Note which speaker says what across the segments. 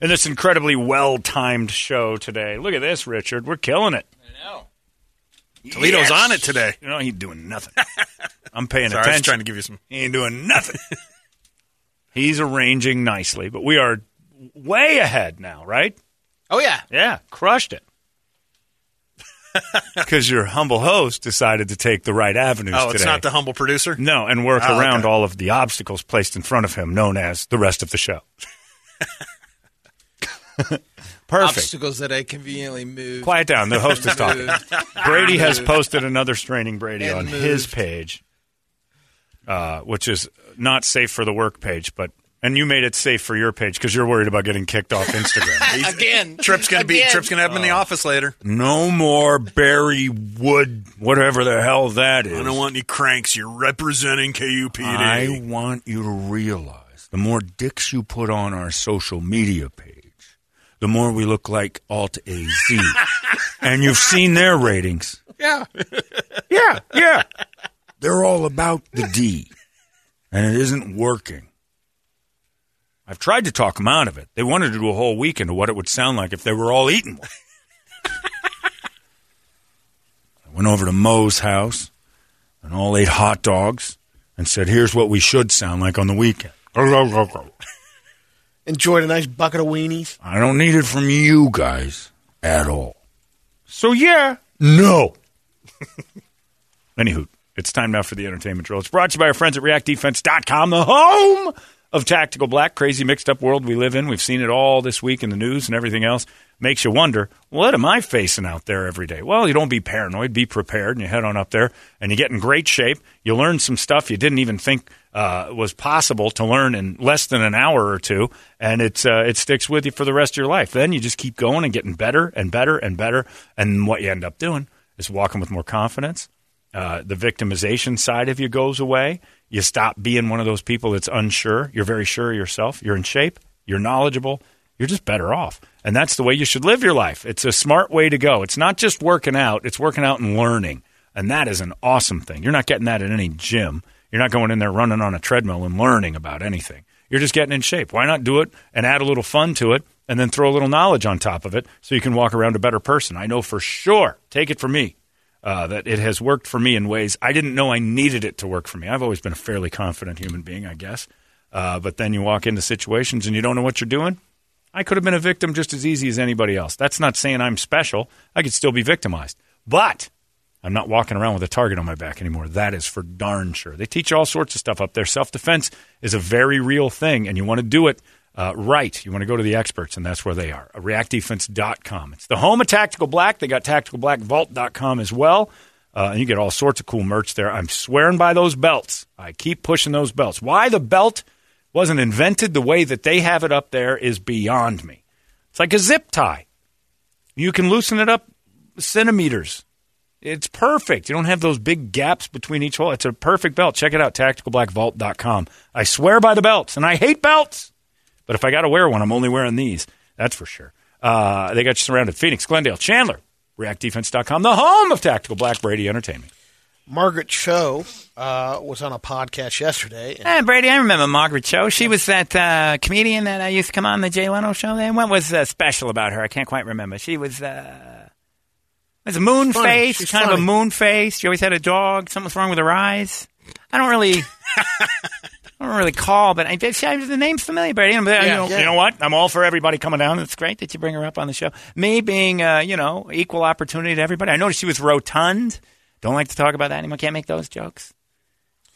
Speaker 1: in this incredibly well timed show today. Look at this, Richard. We're killing it.
Speaker 2: I know.
Speaker 3: Toledo's
Speaker 2: Yes.
Speaker 3: on it today.
Speaker 1: You know, he's doing nothing. I'm paying
Speaker 3: Sorry, I was
Speaker 1: attention.
Speaker 3: trying to give you some.
Speaker 1: He ain't doing nothing. He's arranging nicely, but we are way ahead now, right?
Speaker 2: Oh yeah.
Speaker 1: Yeah, crushed it. Because your humble host decided to take the right avenues
Speaker 3: Oh,
Speaker 1: today.
Speaker 3: it's not the humble producer.
Speaker 1: no, and work
Speaker 3: Oh,
Speaker 1: around
Speaker 3: okay.
Speaker 1: all of the obstacles placed in front of him, known as the rest of the show. Perfect.
Speaker 2: Obstacles that I conveniently moved.
Speaker 1: Quiet down. The host is talking.
Speaker 2: moved.
Speaker 1: Brady has posted another straining Brady
Speaker 2: And
Speaker 1: on
Speaker 2: moved.
Speaker 1: his page, uh, which is not safe for the work page, but and you made it safe for your page because you're worried about getting kicked off Instagram.
Speaker 3: He's-
Speaker 2: Again.
Speaker 3: Trip's gonna be
Speaker 2: Again.
Speaker 3: Trip's gonna have him in the
Speaker 1: Oh.
Speaker 3: office later.
Speaker 1: no more Barry Wood, whatever the hell that is.
Speaker 3: I don't want any cranks. You're representing KUPD.
Speaker 1: I want you to realize the more dicks you put on our social media page, the more we look like Alt AZ. and you've seen their ratings.
Speaker 2: Yeah.
Speaker 1: Yeah, yeah. They're all about the D, and it isn't working. I've tried to talk them out of it. They wanted to do a whole weekend of what it would sound like if they were all eating one. I went over to Moe's house and all ate hot dogs and said, here's what we should sound like on the weekend. I
Speaker 4: Enjoyed a nice bucket of weenies.
Speaker 1: don't need it from you guys at all. So, yeah. No. Anywho, it's time now for the entertainment drill. It's brought to you by our friends at reactdefense.com, the home of tactical black, crazy mixed up world we live in. We've seen it all this week in the news and everything else. Makes you wonder, what am I facing out there every day? Well, you don't be paranoid, be prepared, and you head on up there and you get in great shape. You learn some stuff you didn't even think uh, was possible to learn in less than an hour or two, and it's, uh, it sticks with you for the rest of your life. Then you just keep going and getting better and better and better. And what you end up doing is walking with more confidence uh, the victimization side of you goes away. You stop being one of those people that's unsure. You're very sure of yourself. You're in shape. You're knowledgeable. You're just better off. And that's the way you should live your life. It's a smart way to go. It's not just working out, it's working out and learning. And that is an awesome thing. You're not getting that at any gym. You're not going in there running on a treadmill and learning about anything. You're just getting in shape. Why not do it and add a little fun to it and then throw a little knowledge on top of it so you can walk around a better person? I know for sure. Take it from me uh, that it has worked for me in ways I didn't know I needed it to work for me. I've always been a fairly confident human being, I guess. Uh, but then you walk into situations and you don't know what you're doing. I could have been a victim just as easy as anybody else. That's not saying I'm special. I could still be victimized. But I'm not walking around with a target on my back anymore. That is for darn sure. They teach you all sorts of stuff up there. Self defense is a very real thing, and you want to do it uh, right. You want to go to the experts, and that's where they are. ReactDefense.com. It's the home of Tactical Black. They got TacticalBlackVault.com as well. Uh, and you get all sorts of cool merch there. I'm swearing by those belts. I keep pushing those belts. Why the belt wasn't invented the way that they have it up there is beyond me. It's like a zip tie. You can loosen it up centimeters. It's perfect. You don't have those big gaps between each hole. It's a perfect belt. Check it out, tacticalblackvault.com. I swear by the belts, and I hate belts. But if I got to wear one, I'm only wearing these. That's for sure. Uh, they got you surrounded. Phoenix, Glendale, Chandler, reactdefense.com, the home of Tactical Black Brady Entertainment.
Speaker 4: Margaret Cho uh, was on a podcast yesterday. And
Speaker 1: Brady, I remember Margaret Cho. She was that uh, comedian that I used to come on the Jay Leno show. Then what was uh, special about her? I can't quite remember. She was uh, was a moon
Speaker 4: funny.
Speaker 1: face,
Speaker 4: She's
Speaker 1: kind of a
Speaker 4: funny.
Speaker 1: moon face. She always had a dog. Something was wrong with her eyes. I don't really. I don't really call, but I did. she- The name's familiar, Brady. And, uh, you, know,
Speaker 4: yeah.
Speaker 1: you know what? I'm all for everybody coming down. It's great that you bring her up on the show. Me being, uh, you know, equal opportunity to everybody. I noticed she was rotund. Don't like to talk about that anymore. Can't make those jokes.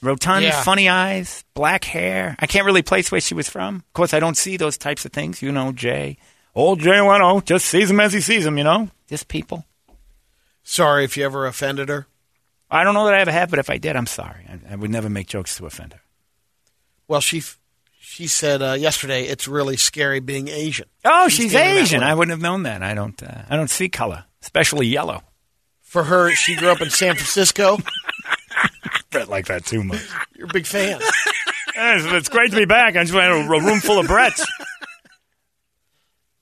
Speaker 1: Rotund,
Speaker 2: Yeah.
Speaker 1: funny eyes, black hair. I can't really place where she was from. Of course, I don't see those types of things. You know, Jay. Old Jay Leno just sees them as he sees them, you know? Just people.
Speaker 4: sorry if you ever offended her.
Speaker 1: I don't know that I ever have, but if I did, I'm sorry. I, I would never make jokes to offend her.
Speaker 4: Well, she f- she said uh, yesterday it's really scary being Asian.
Speaker 1: Oh,
Speaker 4: She's
Speaker 1: she's,
Speaker 4: getting that
Speaker 1: Asian.
Speaker 4: one.
Speaker 1: I wouldn't have known that. I don't. Uh, I don't see color, especially yellow.
Speaker 4: For her, she grew up in San Francisco.
Speaker 1: Brett like that too much.
Speaker 4: You're a big fan.
Speaker 1: it's great to be back. I just had a room full of Bretts,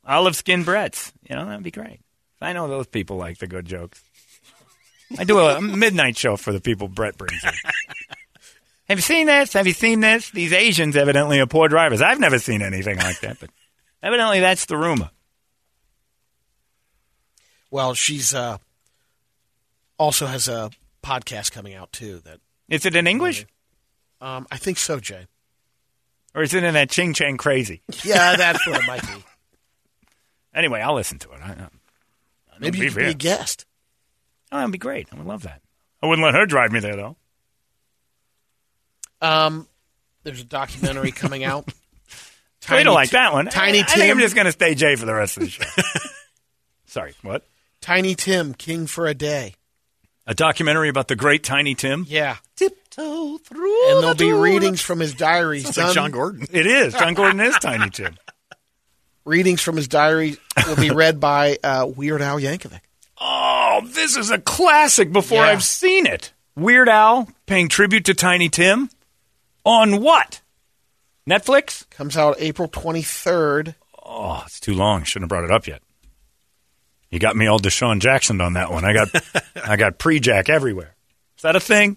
Speaker 1: olive skin Bretts. You know that'd be great. I know those people like the good jokes. I do a midnight show for the people Brett brings in. Have you seen this? Have you seen this? These Asians evidently are poor drivers. I've never seen anything like that, but Evidently, that's the rumor.
Speaker 4: Well, she's uh, also has a podcast coming out too. That
Speaker 1: Is it in English
Speaker 4: um, I think so, Jay.
Speaker 1: or is it in that Ching Chang crazy?
Speaker 4: Yeah, that's what it might be.
Speaker 1: Anyway, I'll listen to it. I, I,
Speaker 4: Maybe
Speaker 1: be
Speaker 4: you could be
Speaker 1: fair.
Speaker 4: a guest.
Speaker 1: oh, that'd be great. I would love that. I wouldn't let her drive me there though.
Speaker 4: Um, there's a documentary coming out.
Speaker 1: Tiny
Speaker 4: Tiny
Speaker 1: like
Speaker 4: Ti-
Speaker 1: that one.
Speaker 4: Tiny
Speaker 1: I, I think I'm
Speaker 4: Tim.
Speaker 1: just going to stay Jay for the rest of the show. Sorry, what?
Speaker 4: Tiny Tim, King for a Day.
Speaker 1: A documentary about the great Tiny Tim.
Speaker 4: Yeah,
Speaker 1: Tiptoe through.
Speaker 4: and there'll be readings from his diary.
Speaker 3: It's
Speaker 4: done-
Speaker 3: like John Gordon.
Speaker 1: It is. John Gordon is Tiny Tim.
Speaker 4: readings from his diary will be read by uh, Weird Al Yankovic.
Speaker 1: Oh, this is a classic before
Speaker 4: Yeah.
Speaker 1: I've seen it. Weird Al paying tribute to Tiny Tim on what? Netflix?
Speaker 4: Comes out April 23rd.
Speaker 1: Oh, it's too long. Shouldn't have brought it up yet. You got me all Deshaun Jackson on that one. I got I got pre-Jack everywhere. Is that a thing?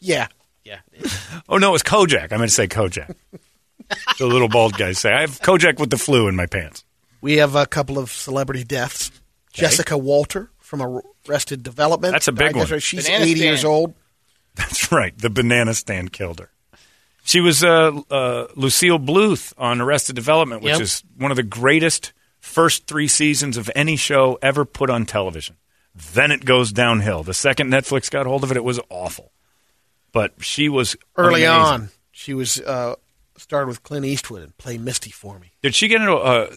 Speaker 4: Yeah. Yeah.
Speaker 1: Oh no, it's Kojak. I meant to say Kojak. the little bald guys say I have Kojak with the flu in my pants.
Speaker 4: We have a couple of celebrity deaths. Jessica Walter from Arrested Development.
Speaker 1: That's a big
Speaker 4: Died yesterday.
Speaker 1: one.
Speaker 4: She's
Speaker 2: Banana
Speaker 4: 80
Speaker 2: stand.
Speaker 4: years old.
Speaker 1: That's right. The banana stand killed her. She was uh, uh, Lucille Bluth on Arrested Development, which
Speaker 4: Yep.
Speaker 1: is one of the greatest first three seasons of any show ever put on television. Then it goes downhill. The second Netflix got hold of it, it was awful. But she was
Speaker 4: Early
Speaker 1: amazing.
Speaker 4: on, she was uh, started with Clint Eastwood and played Misty for me.
Speaker 1: Did she get a uh,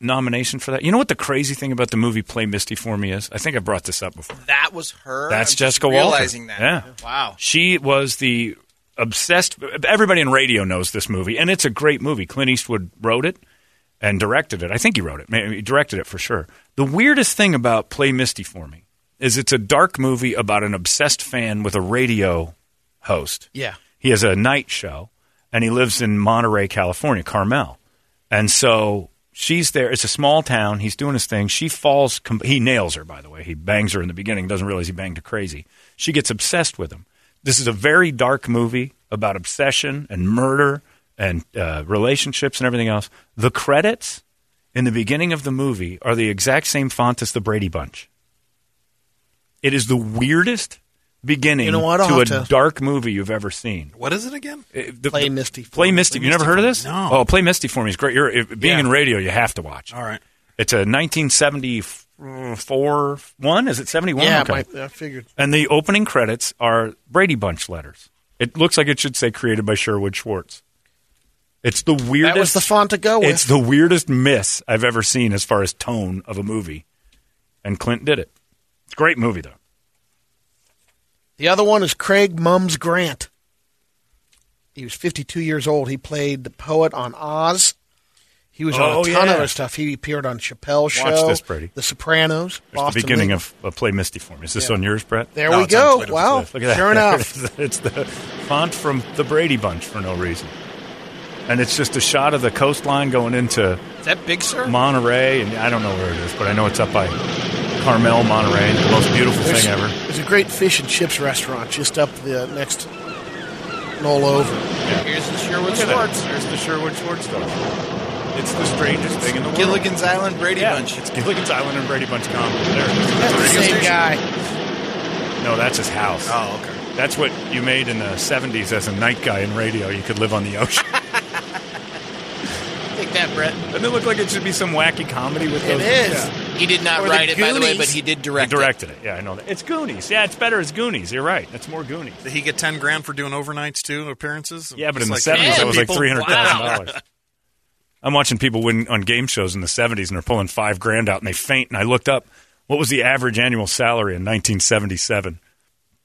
Speaker 1: nomination for that? You know what the crazy thing about the movie Play Misty for Me is? I think I brought this up before.
Speaker 2: That was her.
Speaker 1: That's
Speaker 2: I'm
Speaker 1: Jessica
Speaker 2: just
Speaker 1: Walter.
Speaker 2: realizing that.
Speaker 1: Yeah.
Speaker 2: Wow.
Speaker 1: She was the obsessed. Everybody in radio knows this movie, and it's a great movie. Clint Eastwood wrote it and directed it. I think he wrote it. Maybe he directed it for sure. The weirdest thing about Play Misty for me is it's a dark movie about an obsessed fan with a radio host.
Speaker 4: Yeah.
Speaker 1: He has a night show, and he lives in Monterey, California, Carmel. And so she's there. It's a small town. He's doing his thing. She falls. Com- he nails her, by the way. He bangs her in the beginning. Doesn't realize he banged her crazy. She gets obsessed with him. This is a very dark movie about obsession and murder and uh, relationships and everything else. The credits in the beginning of the movie are the exact same font as the Brady Bunch. It is the weirdest beginning
Speaker 4: You know what? I'll
Speaker 1: to a
Speaker 4: have to-
Speaker 1: dark movie you've ever seen.
Speaker 3: What is it again?
Speaker 1: Uh, the-
Speaker 4: Play
Speaker 1: the-
Speaker 4: Misty for
Speaker 1: Play
Speaker 4: Me.
Speaker 1: Misty.
Speaker 3: Play
Speaker 1: you never
Speaker 3: Misty
Speaker 1: heard of
Speaker 3: for
Speaker 1: this?
Speaker 3: Me. No.
Speaker 1: Oh, Play Misty for me is great. You're, if, being
Speaker 3: Yeah.
Speaker 1: in radio, you have to watch.
Speaker 3: All right.
Speaker 1: It's a 1974 one. Is it 71?
Speaker 4: Yeah,
Speaker 1: Okay.
Speaker 4: my- I figured.
Speaker 1: And the opening credits are Brady Bunch letters. It looks like it should say created by Sherwood Schwartz. It's the weirdest.
Speaker 4: That was the font to go with.
Speaker 1: It's the weirdest miss I've ever seen as far as tone of a movie, and Clint did it. It's a great movie though.
Speaker 4: The other one is Craig Mums Grant. He was 52 years old. He played the poet on Oz. He was
Speaker 1: Oh,
Speaker 4: on a ton
Speaker 1: yeah.
Speaker 4: of other stuff. He appeared on Chappelle's
Speaker 1: Watch
Speaker 4: show,
Speaker 1: this, Brady.
Speaker 4: The Sopranos,
Speaker 1: It's the beginning of, of Play Misty for me. Is this on yours, Brett?
Speaker 4: There
Speaker 3: No,
Speaker 4: we
Speaker 3: it's on
Speaker 4: go.
Speaker 3: Twitter.
Speaker 4: Wow.
Speaker 1: Look at that.
Speaker 4: Sure enough.
Speaker 1: it's the font from the Brady Bunch for no reason. And it's just a shot of the coastline going into
Speaker 2: Is that Big Sur?
Speaker 1: Monterey, and I don't know where it is, but I know it's up by Carmel, Monterey. The most beautiful
Speaker 4: There's,
Speaker 1: thing ever.
Speaker 4: there's a great fish and chips restaurant just up the next knoll over.
Speaker 2: Here's the Sherwood
Speaker 1: Look at that.
Speaker 2: Schwartz.
Speaker 1: There's the Sherwood Schwartz stuff. It's the strangest thing in the world.
Speaker 2: Gilligan's Island, Brady
Speaker 1: yeah,
Speaker 2: Bunch.
Speaker 1: It's Gilligan's Island and Brady Bunch combo. There. it is.
Speaker 4: That's the
Speaker 2: radio
Speaker 4: same
Speaker 2: station?
Speaker 4: guy.
Speaker 1: No, that's his house.
Speaker 3: Oh, okay.
Speaker 1: That's what you made in the 70s as a night guy in radio. You could live on the ocean.
Speaker 2: Take that, Brett.
Speaker 1: Doesn't it look like it should be some wacky comedy with
Speaker 4: It
Speaker 1: those?
Speaker 4: is.
Speaker 1: Yeah.
Speaker 2: He did not
Speaker 4: Or the
Speaker 2: write it, by the way,
Speaker 4: Goonies.
Speaker 2: but he did
Speaker 1: He
Speaker 2: direct it.
Speaker 1: directed it. Yeah, I know that. It's Goonies. Yeah, it's better as Goonies. You're right. That's more Goonies.
Speaker 3: Did he get ten grand for doing overnights too? Appearances?
Speaker 1: Yeah, but in
Speaker 3: Just
Speaker 1: the
Speaker 3: like
Speaker 1: seventies, that was like
Speaker 3: people-
Speaker 1: three hundred thousand dollars. I'm watching people win on game shows in the seventies, and they're pulling five grand out, and they faint. And I looked up what was the average annual salary in 1977?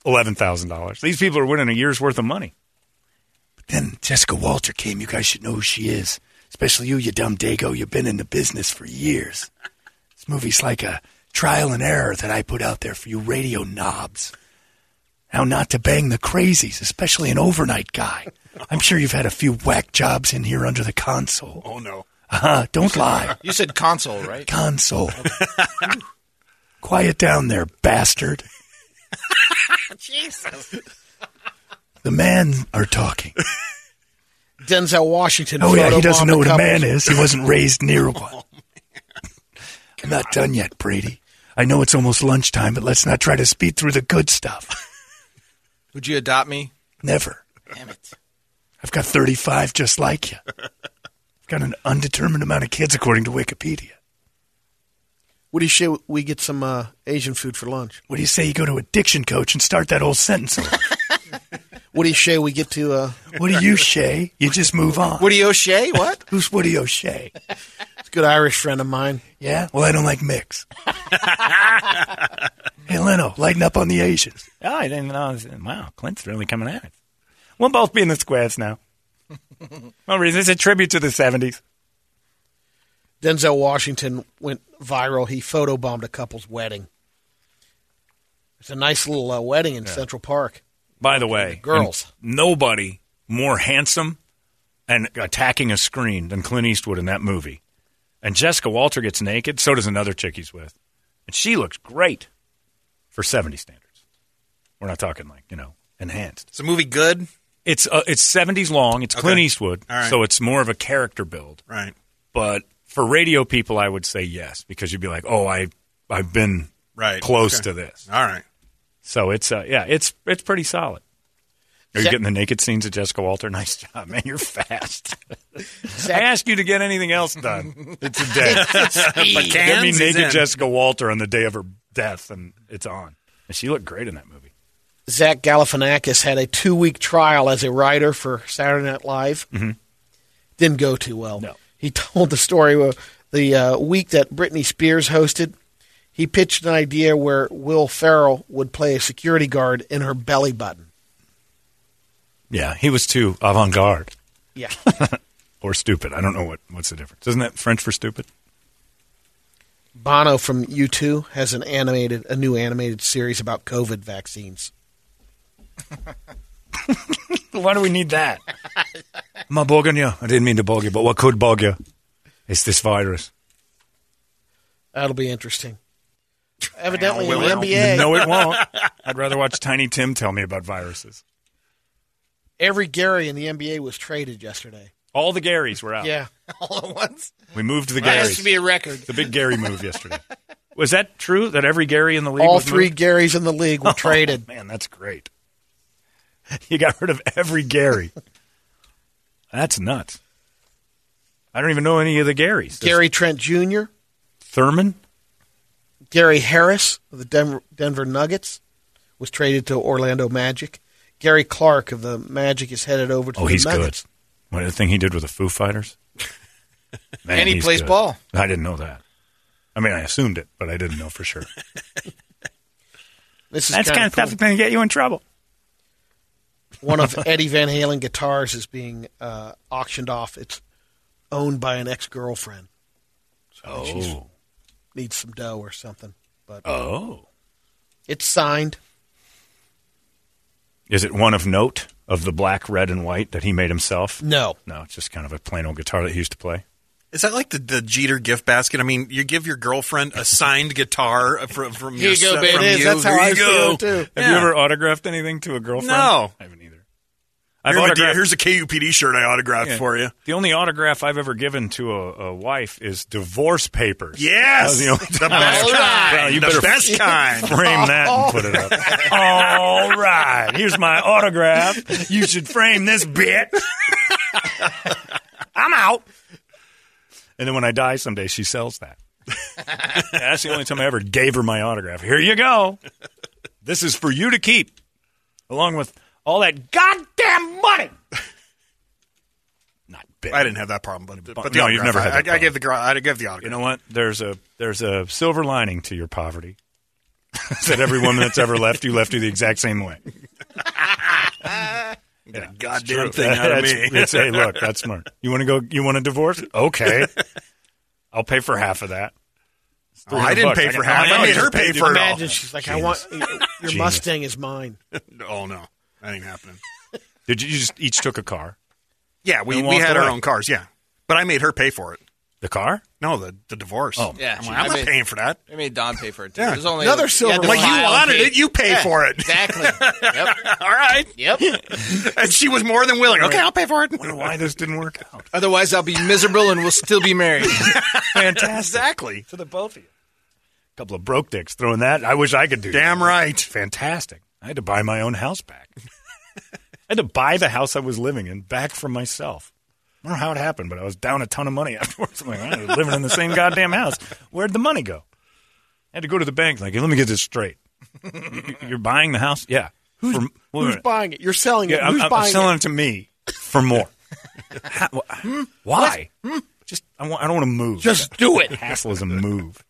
Speaker 1: Eleven thousand dollars. These people are winning a year's worth of money. But then Jessica Walter came. You guys should know who she is, especially you, you dumb dago. You've been in the business for years. This movie's like a trial and error that I put out there for you radio knobs. How not to bang the crazies, especially an overnight guy. I'm sure you've had a few whack jobs in here under the console.
Speaker 3: Oh no.
Speaker 1: Uh-huh, don't lie.
Speaker 2: You said console, right?
Speaker 1: Console. Quiet down there, bastard.
Speaker 2: Jesus.
Speaker 1: The men are talking.
Speaker 4: Denzel Washington.
Speaker 5: Oh yeah, he
Speaker 4: photobomb
Speaker 5: doesn't know
Speaker 4: a
Speaker 5: what a
Speaker 4: couple.
Speaker 5: man is. He wasn't raised near
Speaker 2: Oh,
Speaker 5: one. I'm not done yet, Brady. I know it's almost lunchtime, but let's not try to speed through the good stuff.
Speaker 2: Would you adopt me?
Speaker 5: Never.
Speaker 2: Damn it.
Speaker 5: I've got 35 just like you. I've got an undetermined amount of kids according to Wikipedia.
Speaker 4: What do you say we get some uh, Asian food for lunch?
Speaker 5: What do you say you go to a diction coach and start that whole sentence? over?
Speaker 4: What do you say we get to? Uh,
Speaker 5: what do you, Shay? You just move on.
Speaker 2: Woody O'Shea? What?
Speaker 5: Who's Woody O'Shea?
Speaker 4: it's a good Irish friend of mine.
Speaker 5: Yeah? Well, I don't like mix. hey, Leno, lighten up on the Asians.
Speaker 1: Oh, I didn't know. Wow, Clint's really coming at it. We'll both be in the squares now. no reason. It's a tribute to the 70s.
Speaker 4: Denzel Washington went viral. He photobombed a couple's wedding. It's a nice little uh, wedding in Central Park.
Speaker 1: By the way,
Speaker 4: girls.
Speaker 1: and nobody more handsome and attacking a screen than Clint Eastwood in that movie. And Jessica Walter gets naked. So does another chick he's with, and she looks great for 70 standards. We're not talking like you know enhanced.
Speaker 3: Is the movie good?
Speaker 1: It's uh, it's 70s long. It's Clint Eastwood,
Speaker 3: All right.
Speaker 1: so it's more of a character build.
Speaker 3: Right.
Speaker 1: but for radio people, I would say yes because you'd be like, oh, I I've been
Speaker 3: Right.
Speaker 1: close
Speaker 3: Okay.
Speaker 1: to this.
Speaker 3: All right.
Speaker 1: So it's uh, yeah, it's it's pretty solid. Are you
Speaker 4: Zach-
Speaker 1: getting the naked scenes of Jessica Walter? Nice job, man. You're fast. I
Speaker 4: Zach-
Speaker 1: asked you to get anything else done. It's a day. Get me
Speaker 3: Cans, he's
Speaker 1: naked
Speaker 3: in.
Speaker 1: Jessica Walter on the day of her death, and it's on. And she looked great in that movie.
Speaker 4: Zach Galifianakis had a two week trial as a writer for Saturday Night Live. Didn't go too well.
Speaker 1: No.
Speaker 4: He told the story of the uh, week that Britney Spears hosted. He pitched an idea where Will Farrell would play a security guard in her belly button.
Speaker 1: Yeah, he was too avant garde
Speaker 4: Yeah.
Speaker 1: or stupid. I don't know what, what's the difference. Isn't that French for stupid?
Speaker 4: Bono from U2 has an animated a new animated series about COVID vaccines.
Speaker 1: Why do we need that? Ma bugging you. I didn't mean to bug you, but what could bug you is this virus.
Speaker 4: That'll be interesting. Evidently, in the
Speaker 3: Well,
Speaker 4: NBA,
Speaker 1: No, it won't. I'd rather watch Tiny Tim tell me about viruses.
Speaker 4: every Gary in the NBA was traded yesterday.
Speaker 1: All the Garys were out.
Speaker 4: Yeah,
Speaker 2: All at once?
Speaker 1: We moved the
Speaker 4: that
Speaker 1: Garys.
Speaker 4: has to be a record.
Speaker 1: the big Gary move yesterday. Was that true that every Gary in the league
Speaker 4: All
Speaker 1: was
Speaker 4: three
Speaker 1: moved?
Speaker 4: Garys in the league were traded.
Speaker 1: Man, that's great. You got rid of every Gary. That's nuts. I don't even know any of the Garys. There's
Speaker 4: Gary Trent Jr.,
Speaker 1: Thurman?
Speaker 4: Gary Harris of the Denver, Denver Nuggets was traded to Orlando Magic. Gary Clark of the Magic is headed over to
Speaker 1: Oh,
Speaker 4: the
Speaker 1: he's
Speaker 4: Nuggets.
Speaker 1: good. What the thing he did with the Foo Fighters? Man,
Speaker 2: And he
Speaker 1: he's
Speaker 2: plays
Speaker 1: good.
Speaker 2: ball.
Speaker 1: I didn't know that. I mean, I assumed it, but I didn't know for sure.
Speaker 4: This is
Speaker 1: That's kind of
Speaker 4: cool.
Speaker 1: stuff that's going to get you in trouble.
Speaker 4: one of Eddie Van Halen guitars is being uh, auctioned off. It's owned by an ex girlfriend.
Speaker 1: Oh,
Speaker 4: Needs some dough or something, but
Speaker 1: oh,
Speaker 4: it's signed.
Speaker 1: is it one of note of the black, red, and white that he made himself?
Speaker 4: No,
Speaker 1: No, it's just kind of a plain old guitar that he used to play.
Speaker 3: Is that like the, the Jeter gift basket? I mean, you give your girlfriend a signed guitar from from
Speaker 4: Here
Speaker 3: your,
Speaker 4: you go,
Speaker 3: son-
Speaker 4: babe.
Speaker 3: From
Speaker 4: It is.
Speaker 3: You.
Speaker 4: That's how
Speaker 3: Here
Speaker 4: I
Speaker 3: you
Speaker 4: feel,
Speaker 3: go.
Speaker 4: too.
Speaker 1: Have you
Speaker 3: Yeah.
Speaker 1: ever autographed anything to a girlfriend?
Speaker 3: No.
Speaker 1: I haven't either. I've
Speaker 3: Here, my dear,
Speaker 1: autographed.
Speaker 3: here's a KUPD shirt I autographed for you.
Speaker 1: The only autograph I've ever given to a, a wife is divorce papers.
Speaker 3: Yes,
Speaker 1: That was the
Speaker 3: the best
Speaker 1: All right.
Speaker 3: kind.
Speaker 1: Well, you
Speaker 3: the
Speaker 1: better-
Speaker 3: best kind.
Speaker 1: frame that and put it up. All right, here's my autograph. You should frame this bit. I'm out. And then when I die someday, she sells that. That's the only time I ever gave her my autograph. Here you go. This is for you to keep, along with all that goddamn money. Not big.
Speaker 3: I didn't have that problem, but, but the
Speaker 1: No, you've
Speaker 3: autograph,
Speaker 1: never had
Speaker 3: I-
Speaker 1: that
Speaker 3: I, I gave the gr- I gave the autograph.
Speaker 1: You know what? There's a there's a silver lining to your poverty. that every woman that's ever left you left you the exact same way.
Speaker 3: Get a goddamn thing out of
Speaker 1: That's-
Speaker 3: me.
Speaker 1: it's, hey, look, that's smart. You want to go? You want a divorce? Okay, I'll pay for half of that. It's
Speaker 3: Oh,
Speaker 1: 300
Speaker 3: I didn't
Speaker 1: bucks.
Speaker 3: pay for
Speaker 1: I
Speaker 3: half.
Speaker 1: know
Speaker 3: I
Speaker 1: you
Speaker 3: made her
Speaker 1: just
Speaker 3: pay
Speaker 1: paid
Speaker 3: for it all.
Speaker 4: imagine she's like, "I want your Mustang is mine."
Speaker 3: Oh no, that ain't happening.
Speaker 1: Did you just each took a car?
Speaker 3: Yeah, we,
Speaker 1: And
Speaker 3: we
Speaker 1: walked
Speaker 3: had our
Speaker 1: away.
Speaker 3: own cars. Yeah, but I made her pay for it.
Speaker 1: The car?
Speaker 3: No, the, the divorce. Oh,
Speaker 2: Yeah,
Speaker 3: I'm,
Speaker 2: sure.
Speaker 3: like, I'm
Speaker 2: I
Speaker 3: not
Speaker 2: mean-
Speaker 3: paying for that.
Speaker 2: They made Don pay for it. Too.
Speaker 3: Yeah.
Speaker 2: There's only
Speaker 4: Another
Speaker 2: you had
Speaker 4: silver
Speaker 2: to
Speaker 4: lining.
Speaker 3: Like you
Speaker 2: file
Speaker 3: wanted
Speaker 2: case.
Speaker 3: it, you pay
Speaker 2: Yeah,
Speaker 3: for it.
Speaker 2: Exactly. yep.
Speaker 3: All right.
Speaker 2: Yep.
Speaker 3: And she was more than willing. Okay, I'll pay for it.
Speaker 5: Wonder why this didn't work out.
Speaker 2: Otherwise, I'll be miserable and we'll still be married.
Speaker 1: Fantastic.
Speaker 3: Exactly.
Speaker 1: For the both of you. couple of broke dicks throwing that. I wish I could do
Speaker 3: Damn
Speaker 1: that.
Speaker 3: right.
Speaker 1: Fantastic. I had to buy my own house back. I had to buy the house I was living in back for myself. I don't know how it happened, but I was down a ton of money afterwards. I'm like, I was living in the same goddamn house. Where'd the money go? I had to go to the bank, like, let me get this straight. You're buying the house? Yeah. Who's,
Speaker 4: Who's buying it? You're selling it.
Speaker 1: yeah,
Speaker 4: Who's
Speaker 1: I'm, I'm
Speaker 4: buying
Speaker 1: selling
Speaker 4: it?
Speaker 1: it? to me for more. How- wh- why? Just I, want, I don't want to move.
Speaker 4: Just do it.
Speaker 1: hassle is a move.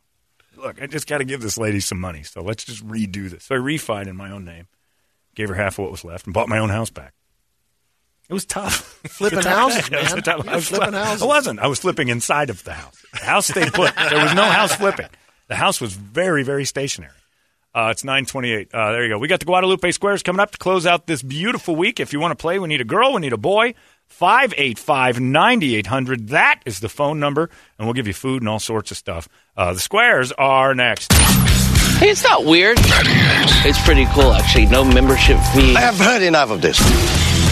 Speaker 1: Look, I just got to give this lady some money, so let's just redo this. So I refied in my own name, gave her half of what was left, and bought my own house back. It was tough.
Speaker 4: Flipping houses,
Speaker 1: It was
Speaker 4: man.
Speaker 1: tough- I
Speaker 4: You're
Speaker 1: was
Speaker 4: flipping
Speaker 1: fli-
Speaker 4: houses.
Speaker 1: I wasn't. I was flipping inside of the house. The house stayed put. there was no house flipping. The house was very, very stationary. Uh, it's 928. Uh, there you go. We got the Guadalupe Squares coming up to close out this beautiful week. If you want to play, we need a girl. We need a boy. 585-9800. That is the phone number, and we'll give you food and all sorts of stuff. Uh, the Squares are next.
Speaker 6: Hey, it's not weird. It's pretty cool, actually. No membership fee.
Speaker 7: I have heard enough of this.